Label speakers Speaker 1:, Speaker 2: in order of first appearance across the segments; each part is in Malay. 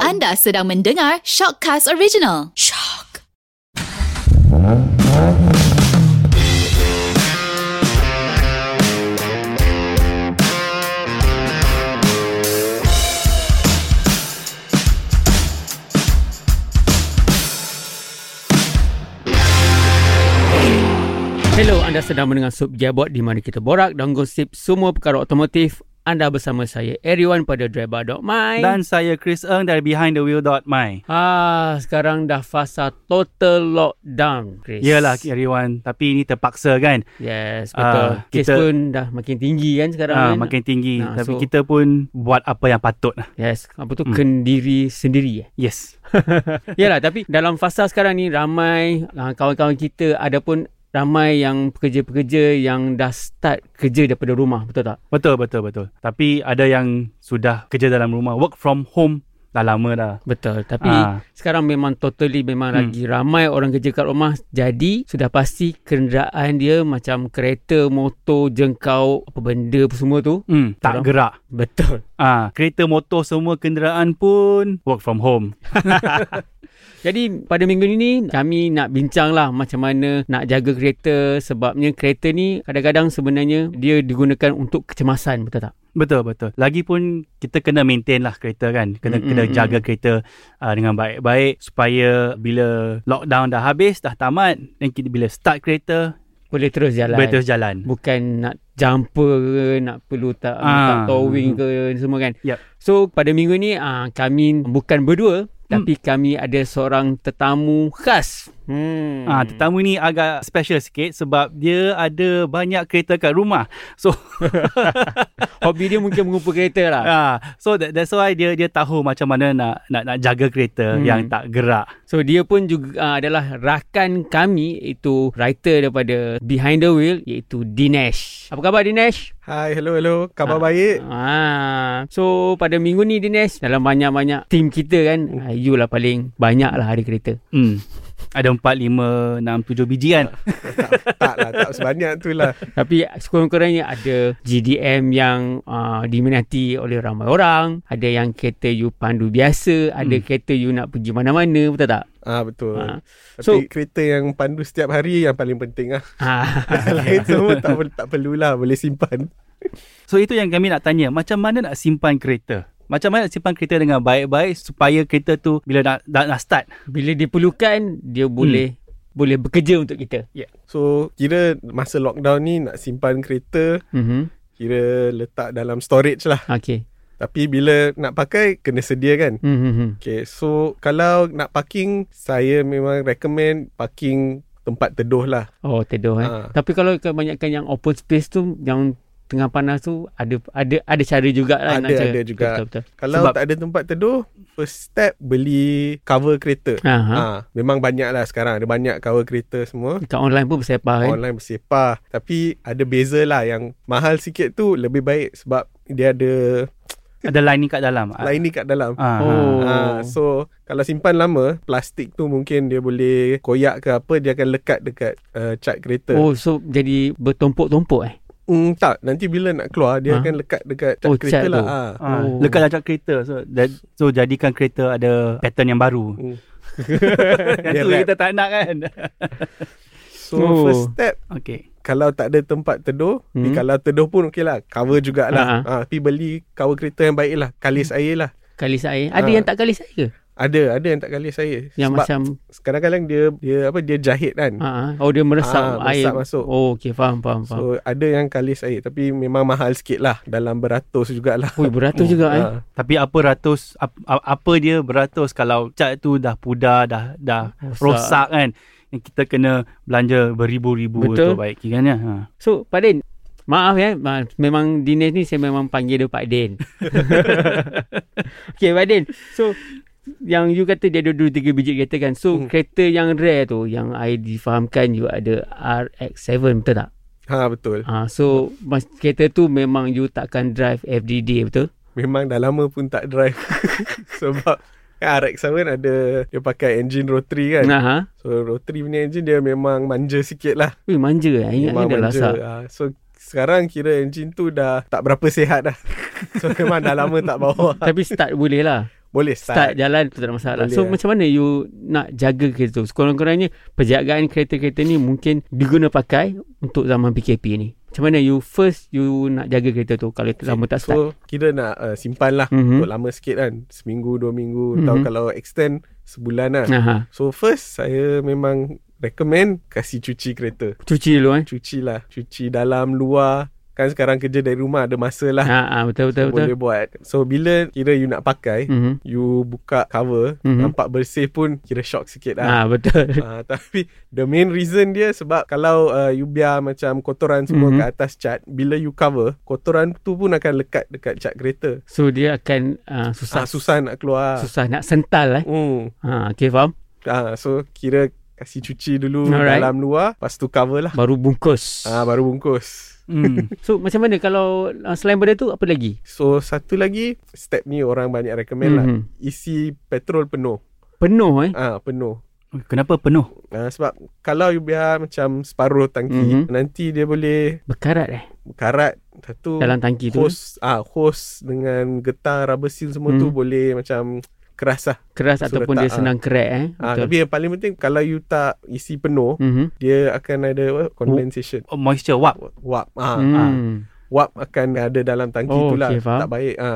Speaker 1: Anda sedang mendengar Shockcast Original. Shock.
Speaker 2: Hello, anda sedang mendengar Sub Gearbox di mana kita borak dan gosip semua perkara otomotif. Anda bersama saya Eriwan pada Driver.my
Speaker 3: Dan saya Chris Eng dari BehindTheWheel.my
Speaker 2: ah, sekarang dah fasa total lockdown, Chris.
Speaker 3: Yelah Eriwan Tapi ini terpaksa kan
Speaker 2: Yes, betul.
Speaker 3: Ah,
Speaker 2: Kes
Speaker 3: kita-
Speaker 2: pun dah makin tinggi kan sekarang
Speaker 3: ha,
Speaker 2: kan.
Speaker 3: Makin tinggi
Speaker 2: Nah,
Speaker 3: Tapi
Speaker 2: so-
Speaker 3: kita pun Buat apa yang patut lah.
Speaker 2: Yes, apa tu
Speaker 3: Hmm.
Speaker 2: kendiri sendiri eh.
Speaker 3: Yes
Speaker 2: Yalah, tapi dalam fasa sekarang ni ramai ah, kawan-kawan kita ada pun ramai yang pekerja-pekerja yang dah start kerja daripada rumah, betul tak?
Speaker 3: Betul betul betul Tapi ada yang Sudah kerja dalam rumah Work from home Dah lama dah
Speaker 2: Betul. Tapi
Speaker 3: Ah.
Speaker 2: sekarang memang totally memang
Speaker 3: Hmm.
Speaker 2: lagi ramai orang kerja kat rumah. Jadi sudah pasti kenderaan dia macam kereta, motor, jengkau, apa benda apa semua tu.
Speaker 3: hmm,
Speaker 2: Betul.
Speaker 3: Tak gerak
Speaker 2: Betul.
Speaker 3: Ah, Kereta motor semua kenderaan pun Work from home
Speaker 2: Jadi pada minggu ini kami nak bincang lah macam mana nak jaga kereta sebabnya kereta ni kadang-kadang sebenarnya dia digunakan untuk kecemasan betul tak?
Speaker 3: Betul betul. Lagipun kita kena maintain lah kereta kan. Kena
Speaker 2: Mm, mm,
Speaker 3: mm, kena
Speaker 2: mm.
Speaker 3: jaga kereta uh, dengan baik-baik supaya bila lockdown dah habis dah tamat dan kita bila start kereta
Speaker 2: Boleh terus jalan.
Speaker 3: boleh terus jalan.
Speaker 2: Bukan nak jumper ke, nak perlu tak,
Speaker 3: Ah.
Speaker 2: tak towing ke semua kan.
Speaker 3: Yep.
Speaker 2: So pada minggu ni uh, kami bukan berdua tapi
Speaker 3: Hmm.
Speaker 2: kami ada seorang tetamu khas. Hmm.
Speaker 3: Ah, tetamu ni agak special sikit sebab dia ada banyak kereta kat rumah. So
Speaker 2: Hobi dia mungkin mengumpul kereta lah.
Speaker 3: ah, so that, that's why dia dia tahu macam mana nak nak nak jaga kereta
Speaker 2: Hmm.
Speaker 3: yang tak gerak.
Speaker 2: So dia pun juga uh, adalah rakan kami iaitu writer daripada Behind the Wheel iaitu Dinesh. Apa khabar Dinesh?
Speaker 4: Hai, hello, hello. Khabar
Speaker 2: Ah,
Speaker 4: ha. baik?
Speaker 2: Ah, so pada minggu ni Dinesh dalam banyak-banyak tim kita kan, uh, you lah paling banyak lah ada kereta.
Speaker 3: Hmm. Ada 4 5 6 7 biji kan.
Speaker 4: tak lah, tak sebanyak tu lah.
Speaker 2: Tapi sekurang-kurangnya ada GDM yang uh, diminati oleh ramai orang, ada yang kereta you pandu biasa, ada
Speaker 3: Hmm.
Speaker 2: kereta you nak pergi mana-mana, betul tak?
Speaker 4: Ah ha, betul.
Speaker 2: Ah.
Speaker 4: Ha. Tapi
Speaker 2: So-
Speaker 4: so, kereta yang pandu setiap hari yang paling penting lah.
Speaker 2: Ah.
Speaker 4: Lain semua tak perlu tak perlulah, boleh simpan.
Speaker 3: So itu yang kami nak tanya Macam mana nak simpan kereta? Macam mana nak simpan kereta dengan baik-baik Supaya kereta tu Bila nak, nak, nak start
Speaker 2: Bila diperlukan, dia
Speaker 4: Hmm.
Speaker 2: boleh boleh bekerja untuk kita.
Speaker 4: Ya. So, kira masa lockdown ni nak simpan kereta,
Speaker 2: Mhm.
Speaker 4: kira letak dalam storage lah.
Speaker 2: Okey.
Speaker 4: Tapi bila nak pakai kena sedia kan.
Speaker 2: Mhm.
Speaker 4: Okay, so kalau nak parking, saya memang recommend parking tempat teduh lah.
Speaker 2: Oh, teduh eh.
Speaker 4: Ah.
Speaker 2: Tapi kalau kebanyakan yang open space tu yang tengah panas tu ada ada ada cara jugalah nak
Speaker 4: Ada-
Speaker 2: cara.
Speaker 4: ada juga.
Speaker 2: Betul betul.
Speaker 4: Kalau
Speaker 3: Sebab-
Speaker 4: Sebab tak ada tempat teduh, first step beli cover kereta.
Speaker 2: Ha. ha.
Speaker 4: Ha, memang banyak lah sekarang. Ada banyak cover kereta semua.
Speaker 2: Dekat online pun bersepah kan.
Speaker 4: Online bersepah. Tapi ada beza lah. Yang mahal sikit tu lebih baik sebab dia ada
Speaker 3: Ada lining kat dalam
Speaker 4: lining kat dalam.
Speaker 3: ah,
Speaker 2: Oh.
Speaker 3: oh.
Speaker 4: Ha, so kalau simpan lama, plastik tu mungkin dia boleh koyak ke apa, dia akan lekat dekat uh, cat kereta.
Speaker 2: Oh,
Speaker 4: Oh.
Speaker 2: so jadi bertumpuk-tumpuk eh.
Speaker 4: Mm, tak, nanti bila nak keluar,
Speaker 2: Ha?
Speaker 4: dia ha? akan lekat dekat cat
Speaker 2: Oh,
Speaker 4: oh,
Speaker 2: cat
Speaker 4: kereta
Speaker 2: tu.
Speaker 4: lah. Ha.
Speaker 3: Ah,
Speaker 2: Oh.
Speaker 3: Lekat acak kereta so, that, so jadikan kereta ada Pattern yang baru
Speaker 4: Hmm.
Speaker 3: Yang
Speaker 4: Dia
Speaker 3: tu
Speaker 4: wrap.
Speaker 3: kita tak nak kan
Speaker 4: So
Speaker 2: Oh.
Speaker 4: oh. first step,
Speaker 3: Okay
Speaker 4: kalau tak ada tempat teduh,
Speaker 2: Hmm.
Speaker 4: hmm. kalau teduh pun okey lah, cover
Speaker 2: Ha,
Speaker 4: jugalah. Ha, tapi beli cover kereta yang baik lah, kalis air lah.
Speaker 2: Kalis air. Ada
Speaker 4: Ah.
Speaker 2: yang tak kalis air ke?
Speaker 4: Ada, ada yang tak kalis saya.
Speaker 2: Yang
Speaker 4: Sebab
Speaker 2: macam
Speaker 4: kadang-kadang dia dia apa dia jahit kan.
Speaker 2: ha, ha. oh dia meresap
Speaker 4: Ah,
Speaker 2: air.
Speaker 4: meresap masuk.
Speaker 2: Oh, okey faham faham faham.
Speaker 4: So ada yang kalis air tapi memang mahal sikit lah dalam beratus jugalah.
Speaker 2: Ui, beratus juga eh.
Speaker 4: Ha.
Speaker 3: Tapi apa ratus ap, ap- Apa dia beratus Kalau cat tu dah pudar Dah dah rosak kan Yang kita kena Belanja beribu-ribu
Speaker 2: Betul.
Speaker 3: Untuk baik kan ya ha.
Speaker 2: So, Pak Din, maaf ya, ma- memang Dinesh ni saya memang panggil dia Pak Din. okay, Pak Din. So, yang you kata dia ada dua tiga biji kereta kan. So,
Speaker 4: Hmm.
Speaker 2: kereta yang rare tu yang I difahamkan you ada RX-7 betul tak?
Speaker 4: ha betul.
Speaker 2: Ah, so mas, kereta tu memang you takkan drive every day betul?
Speaker 4: Memang dah lama pun tak drive sebab kan RX-7 ada dia pakai engine rotary kan.
Speaker 2: Nah, ha.
Speaker 4: So rotary punya engine dia memang manja sikit lah.
Speaker 2: Ui, manja eh. Ingat ni
Speaker 4: memang
Speaker 2: dah lasak.
Speaker 4: Ha. So sekarang kira engine tu dah tak berapa sihat dah. So memang dah lama tak bawa.
Speaker 2: Tapi start boleh lah.
Speaker 4: Boleh
Speaker 2: start
Speaker 4: start.
Speaker 2: jalan tu tak ada masalah.
Speaker 4: Boleh,
Speaker 2: so
Speaker 4: eh.
Speaker 2: macam mana you nak jaga kereta tu? Sekurang-kurangnya penjagaan kereta-kereta ni mungkin diguna pakai untuk zaman PKP ni. Macam mana you first you nak jaga kereta tu kalau lama tak start?
Speaker 4: So kira nak uh, simpan lah
Speaker 2: Mhm.
Speaker 4: mm-hmm. Untuk lama sikit kan Seminggu dua minggu mm-hmm. Atau
Speaker 2: Mhm. Ya.
Speaker 4: kalau extend Sebulan lah
Speaker 2: Aha,
Speaker 4: So first saya memang recommend Kasih cuci kereta
Speaker 2: cuci dulu eh.
Speaker 4: Cuci lah Cuci dalam luar Kan sekarang kerja dari rumah Ada masa lah
Speaker 2: Ha ah betul betul betul.
Speaker 4: Boleh buat So bila kira you nak pakai mm.
Speaker 2: Mhm.
Speaker 4: You buka cover
Speaker 2: Mhm.
Speaker 4: mm-hmm. Nampak bersih pun Kira shock sikit lah
Speaker 2: Ah betul.
Speaker 4: Uh, tapi the main reason dia sebab kalau uh, you biar macam kotoran semua
Speaker 2: Mhm.
Speaker 4: mm-hmm. kat atas cat bila you cover kotoran tu pun akan lekat dekat cat kereta
Speaker 2: So dia akan uh, susah
Speaker 4: susah. Ah, susah nak keluar. Sus-
Speaker 2: susah nak sental eh.
Speaker 4: hmm.
Speaker 2: Ha okey faham?
Speaker 4: Ah, so kira kasih cuci dulu
Speaker 2: Alright.
Speaker 4: Alright. dalam luar, lepas tu cover lah.
Speaker 2: Baru bungkus.
Speaker 4: Ah, baru bungkus.
Speaker 3: Hmm.
Speaker 2: So macam mana kalau uh, selain benda tu apa lagi?
Speaker 4: So satu lagi step ni orang banyak recommend mm-hmm.
Speaker 2: Mhm.
Speaker 4: lah. Isi petrol penuh.
Speaker 2: Penuh eh.
Speaker 4: Ah, penuh.
Speaker 3: Kenapa penuh?
Speaker 4: Ah, sebab kalau you biar macam separuh tangki,
Speaker 2: Mhm.
Speaker 4: mm-hmm. nanti dia boleh
Speaker 2: Berkarat eh
Speaker 4: karat satu
Speaker 2: dalam tangki tu.
Speaker 4: Oh. hose ah hose dengan getah rubber seal semua
Speaker 2: Hmm.
Speaker 4: tu boleh macam keras lah.
Speaker 2: Keras
Speaker 4: So,
Speaker 2: ataupun dia
Speaker 4: letak, ah.
Speaker 2: senang crack eh.
Speaker 4: Ah, tapi yang paling penting kalau you tak isi penuh,
Speaker 2: Mhm.
Speaker 4: dia akan ada apa, condensation.
Speaker 3: Oh, Moisture, wap.
Speaker 4: Wap. Ah,
Speaker 2: Hmm.
Speaker 4: ah. wap akan ada dalam tangki
Speaker 2: Oh,
Speaker 4: oh, tu lah.
Speaker 2: okey, faham. Eh.
Speaker 4: tak baik. Ha.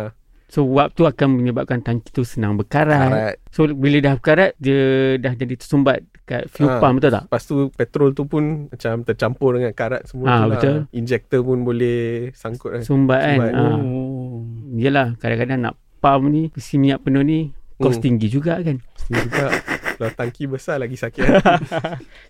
Speaker 2: So wap tu akan menyebabkan tangki tu senang berkarat.
Speaker 4: Alright.
Speaker 2: So bila dah berkarat dia dah jadi tersumbat kat fuel
Speaker 4: Ah.
Speaker 2: pump betul tak?
Speaker 4: Lepas tu petrol tu pun macam tercampur dengan karat semua
Speaker 2: Ah,
Speaker 4: tu lah.
Speaker 2: betul.
Speaker 4: Injector pun boleh sangkut. Kan.
Speaker 2: Sumbat kan.
Speaker 4: Sumbat.
Speaker 2: Ah.
Speaker 3: Oh.
Speaker 2: Yelah kadang-kadang nak pump ni isi minyak penuh ni kos
Speaker 4: Hmm.
Speaker 2: tinggi juga kan.
Speaker 4: Sini juga kalau tangki besar lagi sakit.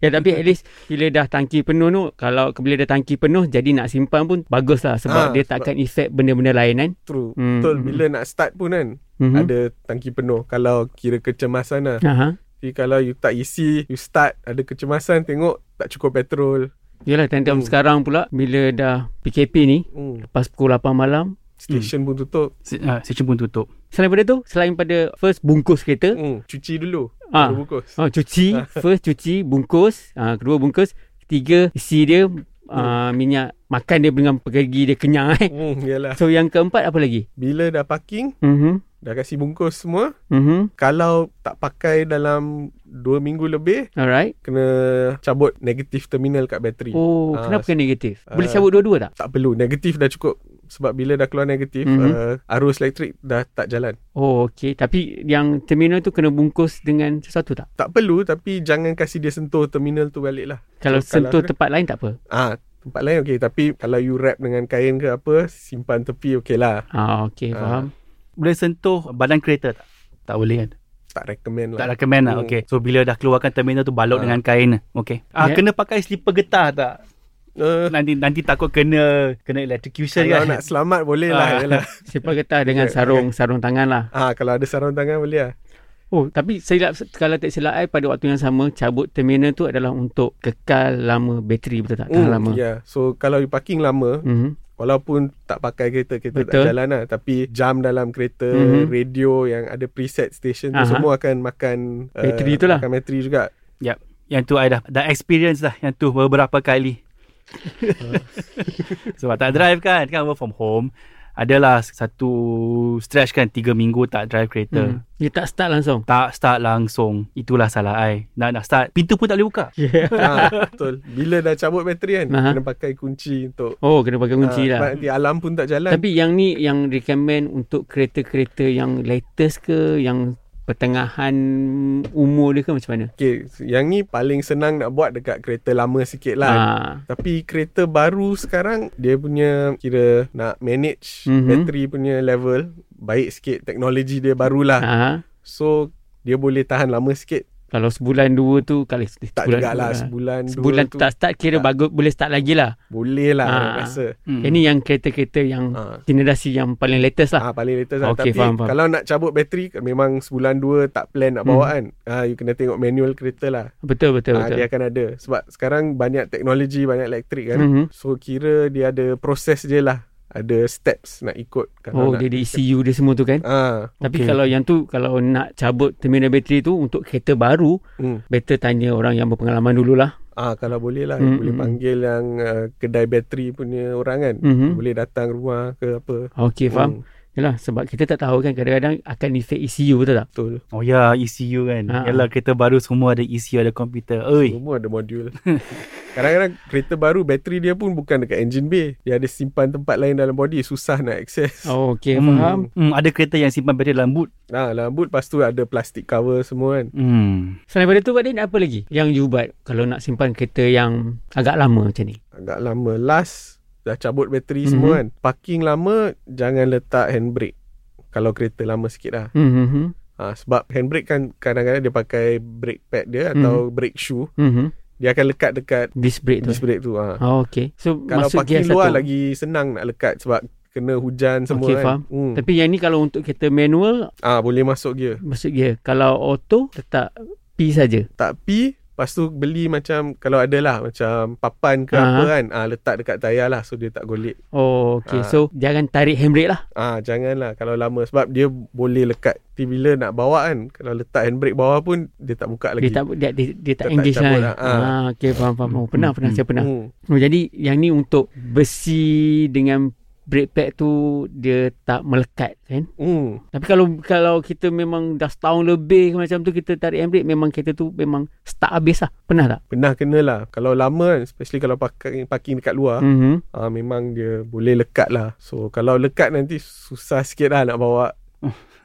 Speaker 2: Ya tapi at least bila dah tangki penuh tu kalau bila dah tangki penuh jadi nak simpan pun bagus lah sebab
Speaker 4: Ah,
Speaker 2: dia
Speaker 4: sebab-
Speaker 2: takkan efek benda-benda lain kan.
Speaker 4: True.
Speaker 2: Hmm.
Speaker 4: Betul. Bila nak start pun kan
Speaker 2: Mhm.
Speaker 4: ada tangki penuh. Kalau kira kecemasan lah.
Speaker 2: Aha.
Speaker 4: Tapi kalau you tak isi, you start ada kecemasan tengok tak cukup petrol.
Speaker 2: Yelah time-time
Speaker 4: Hmm.
Speaker 2: sekarang pula bila dah PKP ni
Speaker 4: Hmm.
Speaker 2: lepas pukul 8 malam
Speaker 4: Station hmm. pun tutup.
Speaker 3: Se- ah, Section pun tutup.
Speaker 2: Selain pada tu Selain pada First bungkus kereta
Speaker 4: Hmm. Cuci dulu.
Speaker 2: Ah.
Speaker 4: Baru bungkus.
Speaker 2: oh, Cuci First cuci Bungkus ah, Kedua bungkus Ketiga isi dia ah, Minyak Makan dia dengan pergi dia kenyang eh.
Speaker 4: Hmm, yalah.
Speaker 2: So yang keempat apa lagi?
Speaker 4: Bila dah parking,
Speaker 2: Mm-hmm.
Speaker 4: dah kasi bungkus semua,
Speaker 2: Mm-hmm.
Speaker 4: kalau tak pakai dalam 2 minggu lebih
Speaker 2: Alright
Speaker 4: kena cabut negatif terminal kat bateri.
Speaker 2: Oh
Speaker 4: Oh. Ah,
Speaker 2: Kenapa
Speaker 4: so-
Speaker 2: negatif? Boleh
Speaker 4: ah.
Speaker 2: cabut dua-dua tak?
Speaker 4: Tak perlu negatif dah cukup sebab bila dah keluar negatif
Speaker 2: Mhm.
Speaker 4: mm-hmm. uh, arus elektrik dah tak jalan.
Speaker 2: Oh okey Tapi yang terminal tu Kena bungkus dengan sesuatu tak?
Speaker 4: Tak perlu tapi jangan kasi dia sentuh terminal tu balik lah.
Speaker 2: Kalau
Speaker 4: So, kalau
Speaker 2: sentuh
Speaker 4: ada-
Speaker 2: tempat lain tak apa?
Speaker 4: Ah tempat lain okey tapi kalau you wrap dengan kain ke apa simpan tepi okey lah.
Speaker 2: Ah okey
Speaker 4: Ah.
Speaker 2: faham
Speaker 3: Boleh sentuh badan kereta tak? Tak boleh kan?
Speaker 4: Tak
Speaker 3: Tak
Speaker 4: recommend lah.
Speaker 3: recommend lah.
Speaker 4: Hmm.
Speaker 3: Okay. So, bila dah keluarkan terminal tu, balut
Speaker 4: Ah.
Speaker 3: dengan kain. Okay. Ah,
Speaker 2: Yeah.
Speaker 3: Kena pakai slipper getah tak?
Speaker 4: Uh,
Speaker 3: Nanti nanti takut kena kena electrocution
Speaker 4: kalau
Speaker 3: kan?
Speaker 4: nak selamat boleh lah.
Speaker 3: Ah.
Speaker 4: yalah.
Speaker 2: Sepak getah dengan
Speaker 4: Okay,
Speaker 2: sarung Sarung tangan lah
Speaker 4: Ah kalau ada sarung tangan boleh lah.
Speaker 2: Oh, tapi silap kalau tak silap saya pada waktu yang sama cabut terminal tu adalah untuk kekal lama bateri betul tak? Tahan
Speaker 4: Hmm,
Speaker 2: lama.
Speaker 4: Yeah. So kalau you parking lama
Speaker 2: Mhm.
Speaker 4: Walaupun tak pakai kereta Kereta
Speaker 2: Betul.
Speaker 4: tak jalan lah Tapi jam dalam kereta
Speaker 2: Mhm.
Speaker 4: mm-hmm. Radio yang ada preset station tu
Speaker 2: Aha.
Speaker 4: Semua akan makan uh,
Speaker 2: Bateri tu lah.
Speaker 4: Makan bateri juga
Speaker 3: Yang tu I dah, dah experience lah yang tu beberapa kali. Sebab tak drive kan, kan work from home. Adalah satu stretch kan, tiga minggu tak drive kereta.
Speaker 2: Hmm. Dia tak start langsung.
Speaker 3: Tak start langsung. Itulah salah I. Nak nak start, pintu pun tak boleh buka.
Speaker 2: Yeah.
Speaker 4: ha, Betul Bila dah cabut bateri kan
Speaker 2: Aha.
Speaker 4: Kena pakai kunci untuk
Speaker 2: Oh, kena pakai kunci
Speaker 4: Ah,
Speaker 2: lah.
Speaker 4: sebab Nanti alarm pun tak jalan
Speaker 2: Tapi yang ni yang recommend untuk kereta-kereta yang latest ke yang pertengahan umur dia ke macam mana?
Speaker 4: okay, Yang ni paling senang nak buat Dekat kereta lama sikit
Speaker 2: Ha.
Speaker 4: lah Tapi kereta baru sekarang Dia punya Kira nak manage
Speaker 2: Mhm.
Speaker 4: Bateri punya level Baik sikit Teknologi dia barulah
Speaker 2: ha.
Speaker 4: So dia boleh tahan lama sikit
Speaker 2: Kalau sebulan dua tu kalau
Speaker 4: Tak
Speaker 2: sebulan
Speaker 4: jugalah
Speaker 2: dua, lah.
Speaker 4: Sebulan dua
Speaker 2: Sebulan tu
Speaker 4: tu
Speaker 2: tak start kira
Speaker 4: tak.
Speaker 2: bagus boleh start lagi lah.
Speaker 4: Boleh lah
Speaker 2: Ah.
Speaker 4: ha. rasa.
Speaker 3: Hmm.
Speaker 2: Ini yang kereta-kereta yang
Speaker 4: Ha.
Speaker 2: generasi yang paling latest lah.
Speaker 4: Ah paling latest lah
Speaker 2: Okey,
Speaker 4: okay, tapi
Speaker 2: faham, faham.
Speaker 4: kalau nak cabut bateri memang sebulan dua tak plan nak
Speaker 2: Hmm.
Speaker 4: bawa kan. Ah you kena tengok manual kereta lah.
Speaker 2: Betul betul
Speaker 4: Ah
Speaker 2: betul.
Speaker 4: dia akan ada sebab sekarang banyak teknologi banyak elektrik kan.
Speaker 2: Mhm.
Speaker 4: So kira dia ada proses dia lah. Ada steps nak ikut
Speaker 2: Oh,
Speaker 4: nak
Speaker 2: dia ada ECU dia semua tu kan.
Speaker 4: Ah
Speaker 2: Tapi
Speaker 3: Okey.
Speaker 2: kalau yang tu kalau nak cabut terminal bateri tu untuk kereta baru,
Speaker 4: hmm.
Speaker 2: better tanya orang yang berpengalaman dululah.
Speaker 4: ah kalau boleh lah
Speaker 2: Hmm,
Speaker 4: you boleh
Speaker 2: hmm.
Speaker 4: panggil yang uh, kedai bateri punya orang kan.
Speaker 2: Mhm.
Speaker 4: Boleh datang rumah ke apa.
Speaker 2: Okey, faham.
Speaker 4: Hmm.
Speaker 2: Yalah sebab kita tak tahu kan kadang-kadang akan efek ECU betul tak?
Speaker 4: Betul.
Speaker 3: Oh ya, yeah, ECU kan.
Speaker 2: Ha.
Speaker 3: Ha. Yalah kereta baru semua ada ECU, ada komputer. Oi.
Speaker 4: Semua ada modul. Kadang-kadang kereta baru bateri dia pun bukan dekat engine bay. Dia ada simpan tempat lain dalam body susah nak akses. Oh.
Speaker 2: Oh okey hmm. faham.
Speaker 3: Hmm, ada kereta yang simpan bateri dalam boot.
Speaker 4: Nah, dalam boot lepas tu ada plastik cover semua kan.
Speaker 3: Hmm.
Speaker 2: Selain daripada tu Badin apa lagi yang you buat kalau nak simpan kereta yang agak lama macam ni?
Speaker 4: Agak lama last dah cabut
Speaker 2: Mhm.
Speaker 4: bateri mm-hmm. semua kan. Parking lama jangan letak handbrake. Kalau kereta lama sikit lah.
Speaker 2: Mhm.
Speaker 4: Ha, sebab handbrake kan kadang-kadang dia pakai brake pad dia atau brake shoe.
Speaker 2: Mhm.
Speaker 4: Dia akan lekat dekat
Speaker 2: Disc brake tu.
Speaker 4: disc brake tu. Ha.
Speaker 2: Oh okey. So
Speaker 4: Kalau
Speaker 2: masuk gear
Speaker 4: parking
Speaker 2: satu.
Speaker 4: luar lagi senang nak lekat sebab kena hujan semua
Speaker 2: Okey,
Speaker 4: kan.
Speaker 2: faham.
Speaker 4: Hmm.
Speaker 2: Tapi yang ni kalau untuk kereta manual
Speaker 4: Ah boleh masuk gear.
Speaker 2: masuk gear. Kalau auto letak P saja.
Speaker 4: tak pi Lepas tu beli macam Kalau ada lah Macam papan ke
Speaker 2: Ah.
Speaker 4: apa kan ah, Letak dekat tayar lah So dia tak golek
Speaker 2: Oh okey.
Speaker 4: Ah.
Speaker 2: So jangan tarik handbrake lah.
Speaker 4: ah, Jangan lah Kalau lama Sebab dia boleh lekat Tapi bila nak bawa kan Kalau letak handbrake bawah pun Dia tak buka lagi
Speaker 2: Dia tak dia, dia, dia tak
Speaker 4: Tak- tak
Speaker 2: engage
Speaker 4: cabut
Speaker 2: lah.
Speaker 4: lah.
Speaker 2: Ah,
Speaker 4: Ah.
Speaker 2: okey faham faham. Oh, pernah pernah
Speaker 3: Hmm.
Speaker 2: saya pernah.
Speaker 4: hmm.
Speaker 2: Oh, jadi yang ni untuk besi dengan brake pad tu dia tak melekat kan.
Speaker 4: Hmm.
Speaker 2: Tapi kalau kalau kita memang dah setahun lebih macam tu kita tarik handbrake memang kereta tu memang start habis lah. Pernah tak?
Speaker 4: Pernah kena lah Kalau lama kan Especially kalau parking, parking dekat luar
Speaker 2: Mhm.
Speaker 4: ah, Memang dia boleh lekat lah So kalau lekat nanti Susah sikit lah nak bawa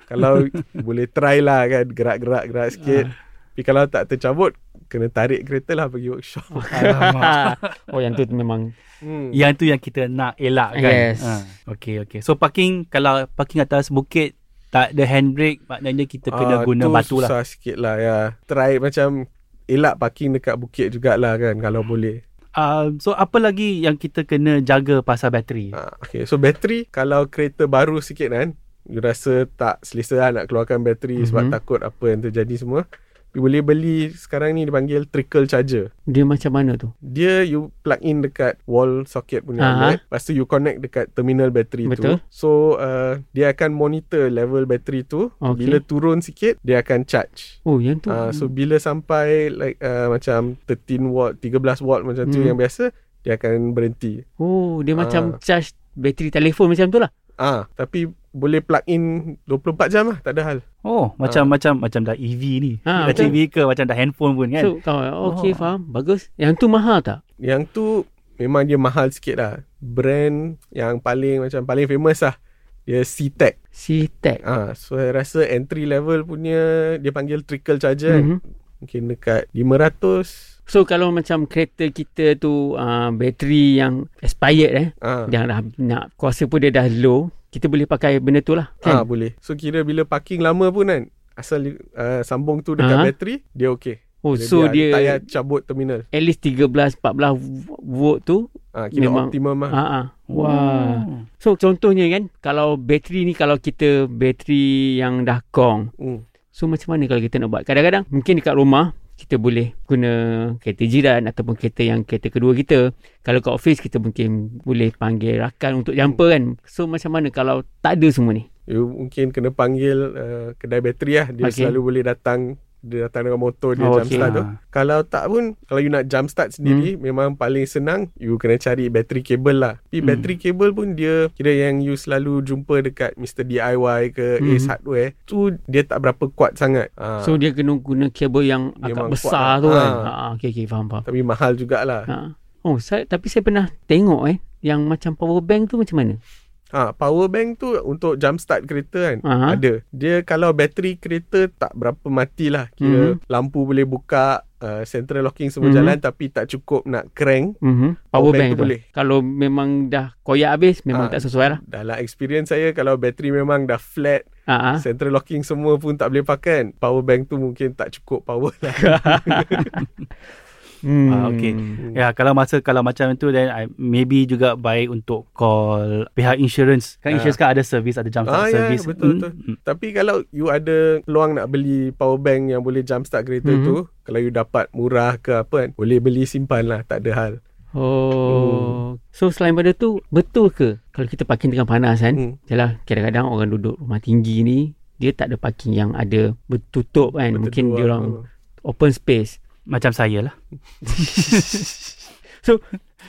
Speaker 4: Kalau boleh try lah kan Gerak-gerak-gerak sikit
Speaker 2: Ah.
Speaker 4: Tapi kalau tak tercabut Kena tarik kereta lah pergi workshop
Speaker 3: Alamak.
Speaker 2: oh yang tu memang
Speaker 4: hmm.
Speaker 3: yang tu yang kita nak elak kan.
Speaker 2: Yes.
Speaker 3: Ha. Okay, okay. So parking, kalau parking atas bukit, tak ada handbrake, maknanya kita kena
Speaker 4: Ah,
Speaker 3: guna
Speaker 4: tu
Speaker 3: batu lah.
Speaker 4: Susah sikit lah ya. Try macam elak parking dekat bukit jugalah kan kalau boleh.
Speaker 3: Uh, so apa lagi yang kita kena jaga pasal bateri?
Speaker 4: Ha, okay. So bateri kalau kereta baru sikit kan you rasa tak selesa lah nak keluarkan bateri mm-hmm. sebab
Speaker 2: Mhm.
Speaker 4: takut apa yang terjadi semua. You boleh beli sekarang ni dipanggil trickle charger.
Speaker 2: dia macam mana tu?
Speaker 4: Dia you plug in dekat wall socket punya
Speaker 2: Aha.
Speaker 4: outlet. Lepas tu you connect dekat terminal bateri
Speaker 2: Betul.
Speaker 4: tu. So uh, dia akan monitor level bateri tu.
Speaker 2: Okey.
Speaker 4: Bila turun sikit dia akan charge.
Speaker 2: Oh yang tu.
Speaker 4: Uh, so bila sampai like uh, macam 13 watt, 13 watt macam tu
Speaker 2: Hmm.
Speaker 4: yang biasa, dia akan berhenti.
Speaker 2: oh dia
Speaker 4: ah.
Speaker 3: uh.
Speaker 2: macam charge bateri telefon macam tu lah.
Speaker 4: Ah, tapi boleh plug in 24 jam lah, tak ada hal.
Speaker 3: Oh, macam
Speaker 4: Ah.
Speaker 3: macam macam dah EV ni.
Speaker 2: Ah, betul.
Speaker 3: macam vehicle, macam dah handphone pun kan.
Speaker 2: So kau okey
Speaker 3: Oh.
Speaker 2: faham. Bagus. Yang tu mahal tak?
Speaker 4: Yang tu memang dia mahal sikit lah. Brand yang paling macam paling famous lah. Dia C-Tech.
Speaker 2: C-Tech.
Speaker 4: Ah, so saya rasa entry level punya dia panggil trickle charger mm-hmm. kan.
Speaker 2: Mhm.
Speaker 4: Mungkin dekat 500.
Speaker 2: So kalau macam kereta kita tu uh, bateri yang expired eh
Speaker 4: Ah.
Speaker 2: yang dah nak kuasa pun dia dah low, kita boleh pakai benda tu lah kan.
Speaker 4: Ah boleh. So kira bila parking lama pun kan asal uh, sambung tu dekat
Speaker 2: Aha.
Speaker 4: bateri dia okey.
Speaker 2: oh
Speaker 4: Dia
Speaker 2: so
Speaker 4: biar- dia tak payah
Speaker 2: dia
Speaker 4: cabut terminal.
Speaker 2: at least 13 14 volt tu
Speaker 4: Ah Hmm.
Speaker 2: Memang-
Speaker 4: kira Memang, optimum
Speaker 2: ah
Speaker 4: lah.
Speaker 2: ah. Wah.
Speaker 3: Hmm.
Speaker 2: So contohnya kan kalau bateri ni kalau kita bateri yang dah gong.
Speaker 4: Hmm.
Speaker 2: So macam mana kalau kita nak buat? Kadang-kadang mungkin dekat rumah kita boleh guna kereta jiran ataupun kereta yang kereta kedua kita. Kalau kat office kita mungkin boleh panggil rakan untuk jumpa kan. So macam mana kalau tak ada semua ni?
Speaker 4: You Ya, mungkin kena panggil uh, kedai bateri lah.
Speaker 2: Okey.
Speaker 4: Dia okay. selalu boleh datang dia datang dengan motor dia
Speaker 2: Oh,
Speaker 4: oh,
Speaker 2: okey.
Speaker 4: jump start tu. Kalau tak pun kalau you nak jump start sendiri hmm. memang paling senang you kena cari bateri kabel lah. Tapi
Speaker 3: Hmm.
Speaker 4: bateri kabel pun dia kira yang you selalu jumpa dekat Mr DIY ke
Speaker 2: Hmm.
Speaker 4: hmm. Ace Hardware tu dia tak berapa kuat sangat. Ah,
Speaker 2: So dia kena guna kabel yang agak
Speaker 4: Memang
Speaker 2: besar
Speaker 4: kuat lah.
Speaker 2: tu kan. Ha.
Speaker 4: Ha.
Speaker 2: Ha, okay, okay, faham, faham.
Speaker 4: tapi mahal jugalah.
Speaker 2: Ha. Oh, saya, tapi saya pernah tengok eh yang macam power bank tu macam mana?
Speaker 4: Ha, power bank tu untuk jump start kereta kan.
Speaker 2: Aha.
Speaker 4: Ada. Dia kalau bateri kereta tak berapa matilah. Kira
Speaker 2: Mhm.
Speaker 4: mm-hmm. lampu boleh buka, uh, central locking
Speaker 2: Mhm.
Speaker 4: semua mm-hmm. jalan tapi tak cukup nak crank.
Speaker 2: Mm-hmm. Power,
Speaker 4: Power
Speaker 2: bank,
Speaker 4: bank
Speaker 2: tu.
Speaker 4: tu boleh.
Speaker 2: Kalau memang dah koyak habis memang
Speaker 4: Ah.
Speaker 2: tak sesuai lah.
Speaker 4: Dalam experience saya kalau bateri memang dah flat,
Speaker 2: Ha ah.
Speaker 4: central locking semua pun tak boleh pakai kan. Power bank tu mungkin tak cukup power lah.
Speaker 2: Hmm.
Speaker 3: Ah, okay. Ya, kalau masa kalau macam tu then I, maybe juga baik untuk call pihak insurance. Hmm. Kan
Speaker 4: Ah.
Speaker 3: insurance kan ada service, ada jump
Speaker 4: Ah,
Speaker 3: start
Speaker 4: ya,
Speaker 3: service.
Speaker 4: betul, betul. tapi kalau you ada peluang nak beli power bank yang boleh jump start kereta
Speaker 2: Mhm.
Speaker 4: mm-hmm. tu, kalau you dapat murah ke apa kan, boleh beli simpan lah, tak ada hal. Hmm.
Speaker 2: Oh. So selain pada tu betul ke kalau kita parking tengah panas kan?
Speaker 4: Hmm.
Speaker 2: Yalah kadang-kadang orang duduk rumah tinggi ni dia tak ada parking yang ada bertutup kan.
Speaker 4: Betul
Speaker 2: Mungkin
Speaker 4: tu
Speaker 2: dia
Speaker 4: lah.
Speaker 2: orang open space.
Speaker 3: Macam saya lah.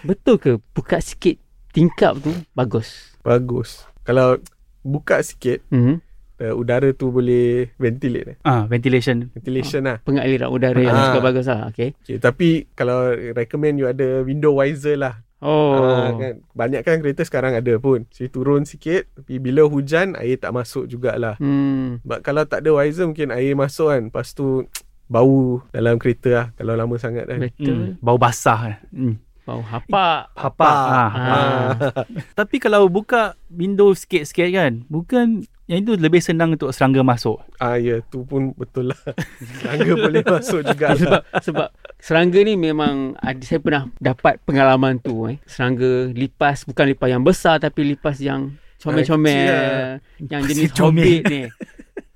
Speaker 2: Betul ke buka sikit tingkap tu bagus?
Speaker 4: Bagus. Kalau buka sikit
Speaker 2: Mm-hmm.
Speaker 4: uh, udara tu boleh ventilate eh.
Speaker 3: Ah, ventilation.
Speaker 4: ventilation lah
Speaker 2: Pengaliran udara yang
Speaker 4: Ah.
Speaker 2: suka bagus lah. Okay.
Speaker 4: okay, tapi kalau recommend you ada window wiser lah
Speaker 2: Oh.
Speaker 4: Ah, kan. banyak kan kereta sekarang ada pun so turun sikit tapi bila hujan air tak masuk jugalah
Speaker 2: Hmm.
Speaker 4: Sebab kalau tak ada wiser mungkin air masuk kan. Lepas tu bau dalam kereta lah kalau lama sangat kan.
Speaker 2: Betul.
Speaker 3: Bau basah. eh. Hmm.
Speaker 2: Bau hapak.
Speaker 3: Hapa. Ah.
Speaker 2: Ah.
Speaker 3: Tapi kalau buka window sikit-sikit kan, bukan yang itu lebih senang untuk serangga masuk.
Speaker 4: Ah ya, tu pun betul lah. Serangga boleh masuk juga lah.
Speaker 2: Sebab serangga ni memang ada, saya pernah dapat pengalaman tu eh. Serangga lipas bukan lipas yang besar tapi lipas yang comel-comel
Speaker 4: Ah,
Speaker 2: yang jenis
Speaker 3: Comel.
Speaker 2: hobbit ni.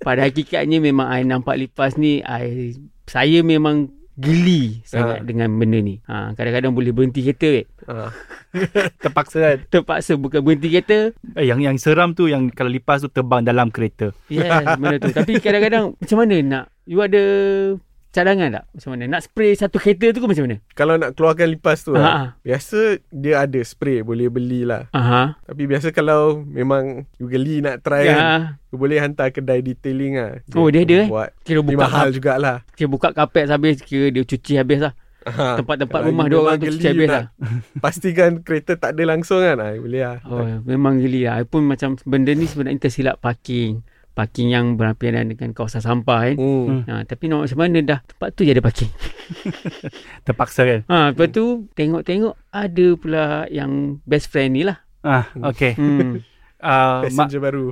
Speaker 2: Pada hakikatnya memang I nampak lipas ni I saya memang geli sangat
Speaker 4: Ah.
Speaker 2: dengan benda ni. Ha, kadang-kadang boleh berhenti kereta eh.
Speaker 4: Ah,
Speaker 3: Terpaksa kan.
Speaker 2: Terpaksa bukan berhenti kereta.
Speaker 3: Eh, yang yang seram tu yang kalau lipas tu terbang dalam kereta.
Speaker 2: Yes, benda tu. Tapi kadang-kadang macam mana nak you ada cadangan tak? Macam mana? Nak spray satu kereta tu ke macam mana?
Speaker 4: kalau nak keluarkan lipas tu lah.
Speaker 2: Ha.
Speaker 4: Biasa dia ada spray boleh beli lah.
Speaker 2: Aha.
Speaker 4: Tapi biasa kalau memang you geli nak try kan,
Speaker 2: Ya.
Speaker 4: you boleh hantar kedai detailing lah.
Speaker 2: Oh, dia ada, eh?
Speaker 4: Buat.
Speaker 2: Kira
Speaker 4: Tapi
Speaker 2: buka
Speaker 4: mahal jugalah.
Speaker 2: Dia buka kapet habis Kira dia cuci habis lah
Speaker 4: Ha,
Speaker 2: Tempat-tempat
Speaker 4: kalau
Speaker 2: rumah dia
Speaker 4: you
Speaker 2: orang
Speaker 4: memang
Speaker 2: tu cuci
Speaker 4: geli
Speaker 2: habis
Speaker 4: nak-
Speaker 2: lah
Speaker 4: Pastikan kereta tak ada langsung kan. Ah, boleh lah.
Speaker 2: oh, Memang geli lah I pun macam Benda ni sebenarnya tersilap parking Parking yang berhampiran dengan kawasan sampah kan
Speaker 4: Hmm.
Speaker 2: Ha, tapi nak macam mana dah Tempat tu je ada parking
Speaker 3: Terpaksa kan.
Speaker 2: ha, Lepas tu Tengok-tengok Ada pula yang Best friend ni lah
Speaker 3: Ah, okey.
Speaker 2: hmm.
Speaker 3: Ah, mak
Speaker 4: Passenger baru.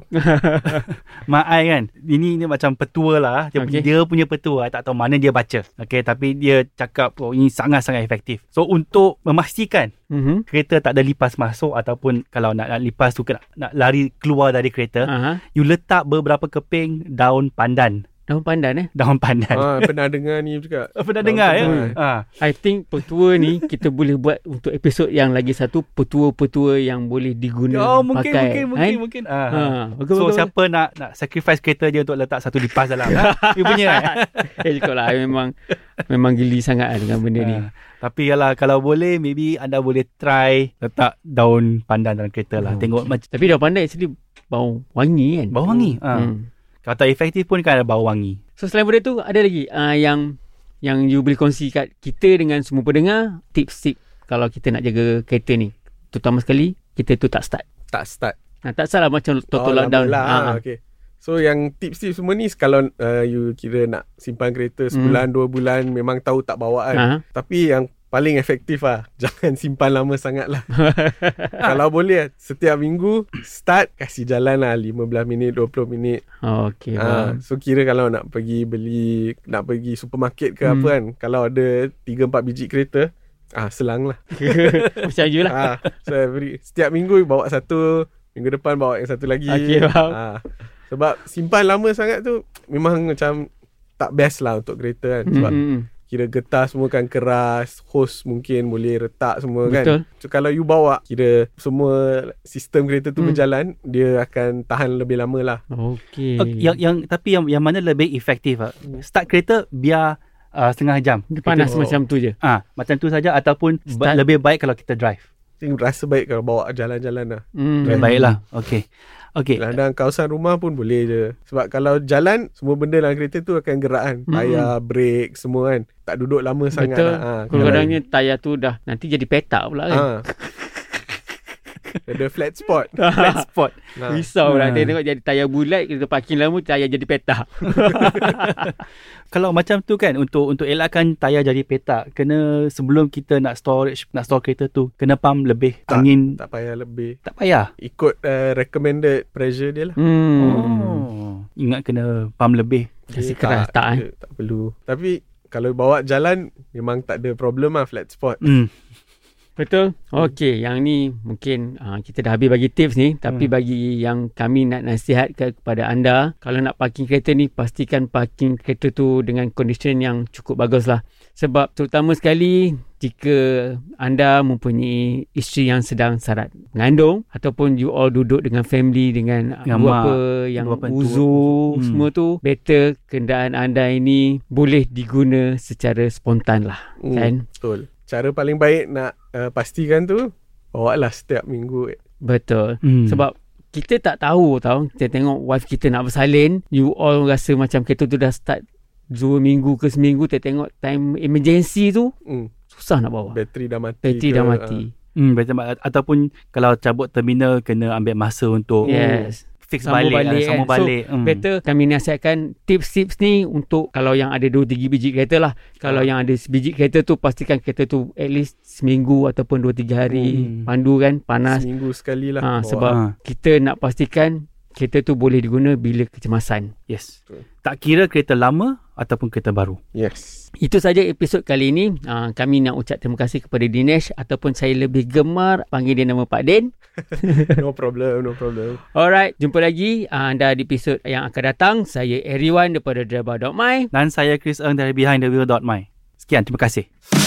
Speaker 3: mak ai kan. Ini ni macam petua lah. Dia,
Speaker 2: Okey.
Speaker 3: okay. dia punya petua. I tak tahu mana dia baca. Okey, tapi dia cakap oh ini sangat-sangat efektif. So untuk memastikan
Speaker 2: mm-hmm.
Speaker 3: kereta tak ada lipas masuk ataupun kalau nak, nak lipas tu nak, nak lari keluar dari
Speaker 4: Ya.
Speaker 3: kereta,
Speaker 2: Aha.
Speaker 3: you letak beberapa keping daun pandan.
Speaker 2: Daun pandan eh
Speaker 3: Daun pandan.
Speaker 4: Ah, pernah dengar ni juga.
Speaker 3: Uh, Pernah dengar ya?
Speaker 4: pandan.
Speaker 3: Ha.
Speaker 2: I think petua ni Kita boleh buat Untuk episod yang lagi satu Petua-petua yang boleh diguna
Speaker 3: Oh, mungkin,
Speaker 2: pakai,
Speaker 3: mungkin, mungkin,
Speaker 2: kan?
Speaker 3: mungkin. Ha.
Speaker 2: Ha, bagus,
Speaker 3: So
Speaker 2: bagus,
Speaker 3: siapa nak nak sacrifice kereta dia untuk letak satu lipas dalam. ha? You punya. eh?
Speaker 2: Eh cakap lah I memang Memang geli sangat lah dengan benda ni
Speaker 3: Ha. Tapi yalah kalau boleh maybe anda boleh try letak daun pandan dalam kereta
Speaker 2: Oh.
Speaker 3: lah. Tengok macam
Speaker 2: Tapi dah pandai actually Bau wangi kan
Speaker 3: bau wangi. Ha.
Speaker 2: hmm.
Speaker 3: Kalau tak efektif pun kan ada bau wangi.
Speaker 2: So selain benda tu Ada lagi uh, yang Yang you boleh kongsi kat kita Dengan semua pendengar Tips-tips Kalau kita nak jaga kereta ni Terutama sekali Kita tu tak start
Speaker 4: Tak start.
Speaker 2: nah, Tak salah macam Total
Speaker 4: Oh,
Speaker 2: oh, lockdown
Speaker 4: lama Lah.
Speaker 2: Ah, ah.
Speaker 4: Okay. So yang tips-tips semua ni kalau uh, you kira nak simpan kereta sebulan,
Speaker 2: Hmm.
Speaker 4: dua bulan memang tahu tak bawa kan.
Speaker 2: Ah.
Speaker 4: Tapi yang paling efektif lah Jangan simpan lama sangat lah Kalau boleh Setiap minggu Start Kasih jalan lah 15 minit 20 minit
Speaker 2: Oh, okay
Speaker 4: ha,
Speaker 2: faham.
Speaker 4: So kira kalau nak pergi beli Nak pergi supermarket ke
Speaker 2: Hmm.
Speaker 4: apa kan Kalau ada 3-4 biji kereta ah Selang lah
Speaker 3: Ah.
Speaker 2: Macam you lah
Speaker 4: ha, so every, Setiap minggu bawa satu Minggu depan bawa yang satu lagi
Speaker 2: Okay, faham.
Speaker 4: ha, Sebab simpan lama sangat tu Memang macam Tak best lah untuk kereta kan Sebab
Speaker 2: Mm-mm.
Speaker 4: Kira getah semua kan keras Hose mungkin boleh retak semua kan
Speaker 2: Betul.
Speaker 4: So kalau you bawa Kira semua sistem kereta tu
Speaker 2: Hmm.
Speaker 4: berjalan Dia akan tahan lebih lama lah
Speaker 2: Okay
Speaker 3: Okay, yang yang tapi yang yang mana lebih efektif ah. Start kereta biar uh, setengah jam.
Speaker 2: Panas
Speaker 4: Oh.
Speaker 2: macam tu je
Speaker 3: Ah, macam tu saja ataupun ba-
Speaker 2: Start.
Speaker 3: lebih baik kalau kita drive.
Speaker 4: Saya rasa baik kalau bawa jalan-jalan lah
Speaker 2: mm.
Speaker 3: Lebih baiklah. Okey.
Speaker 2: Eh.
Speaker 3: Okey.
Speaker 4: Kadang-kadang kawasan rumah pun boleh je Sebab kalau jalan Semua benda dalam kereta tu akan gerak kan
Speaker 2: Hmm.
Speaker 4: Tayar, brake semua kan Tak duduk lama sangat
Speaker 2: Betul.
Speaker 4: lah ha,
Speaker 2: Kadang-kadangnya tayar tu dah Nanti jadi petak pula kan
Speaker 4: ha. Ada flat spot
Speaker 3: Flat spot.
Speaker 4: ha.
Speaker 2: Risau lah
Speaker 3: Ha.
Speaker 2: Dia tengok jadi tayar bulat Kita parking lama Tayar jadi petak
Speaker 3: Kalau macam tu kan untuk untuk elakkan tayar jadi petak, kena sebelum kita nak storage nak store kereta tu, kena pump lebih tak, angin tak,
Speaker 4: Tak payah lebih
Speaker 3: tak payah.
Speaker 4: Ikut uh, recommended pressure dia lah
Speaker 2: hmm.
Speaker 3: Oh. Ingat kena pump lebih.
Speaker 2: Kasih
Speaker 4: Dia
Speaker 2: keras tak, eh?
Speaker 4: dia tak perlu Tapi Kalau bawa jalan Memang tak ada problem lah Flat spot
Speaker 3: Hmm.
Speaker 2: Betul Okey Yang ni mungkin uh, Kita dah habis bagi tips ni Tapi
Speaker 3: Hmm.
Speaker 2: bagi yang kami nak nasihat ke, kepada anda Kalau nak parking kereta ni Pastikan parking kereta tu Dengan condition yang cukup bagus lah Sebab terutama sekali Jika anda mempunyai isteri yang sedang syarat mengandung Ataupun you all duduk dengan family Dengan
Speaker 3: Dengan
Speaker 2: ibu
Speaker 3: mak,
Speaker 2: apa yang
Speaker 3: ibu apa yang tua, Hmm.
Speaker 2: uzur
Speaker 3: uzur.
Speaker 2: Semua tu Better kenderaan anda ini Boleh diguna secara spontan lah
Speaker 4: Hmm,
Speaker 2: Kan
Speaker 4: Betul Cara paling eh, baik nak uh, Pastikan tu Bawa lah setiap minggu
Speaker 2: Betul
Speaker 3: Hmm.
Speaker 2: Sebab kita tak tahu tau kita tengok wife kita nak bersalin you all rasa macam kereta tu dah start dua minggu ke seminggu kita tengok time emergency tu
Speaker 4: Hmm.
Speaker 2: susah nak bawa
Speaker 4: Bateri dah mati.
Speaker 2: bateri
Speaker 4: ke,
Speaker 2: dah
Speaker 4: ah.
Speaker 2: mati
Speaker 3: Hmm, betul ataupun kalau cabut terminal kena ambil masa untuk
Speaker 2: yes
Speaker 3: fix
Speaker 2: Sambung
Speaker 3: balik,
Speaker 2: balik
Speaker 3: balik
Speaker 2: kan. So,
Speaker 3: sambung balik. uh, oh. hmm.
Speaker 2: Better kami nasihatkan tips-tips ni untuk kalau yang ada 2-3 biji kereta lah.
Speaker 3: Ah.
Speaker 2: Kalau yang ada sebiji kereta tu pastikan kereta tu at least seminggu ataupun 2-3 hari
Speaker 3: Hmm.
Speaker 2: pandu kan panas.
Speaker 4: Ah, Seminggu sekali lah.
Speaker 2: Ha,
Speaker 4: bawa.
Speaker 2: sebab
Speaker 3: Ah.
Speaker 2: kita nak pastikan kereta tu boleh diguna bila kecemasan.
Speaker 3: Yes.
Speaker 4: Betul.
Speaker 3: Tak kira kereta lama ataupun kereta baru.
Speaker 4: Yes.
Speaker 2: Itu saja episod kali ini. Ha, kami nak ucap terima kasih kepada Dinesh ataupun saya lebih gemar panggil dia nama Pak Din.
Speaker 4: No problem, no problem.
Speaker 2: Alright, jumpa lagi ah, anda di episod yang akan datang. Saya Eriwan daripada Driver.my.
Speaker 3: Dan saya Chris Eng dari behindthewheel.my. Sekian, terima kasih.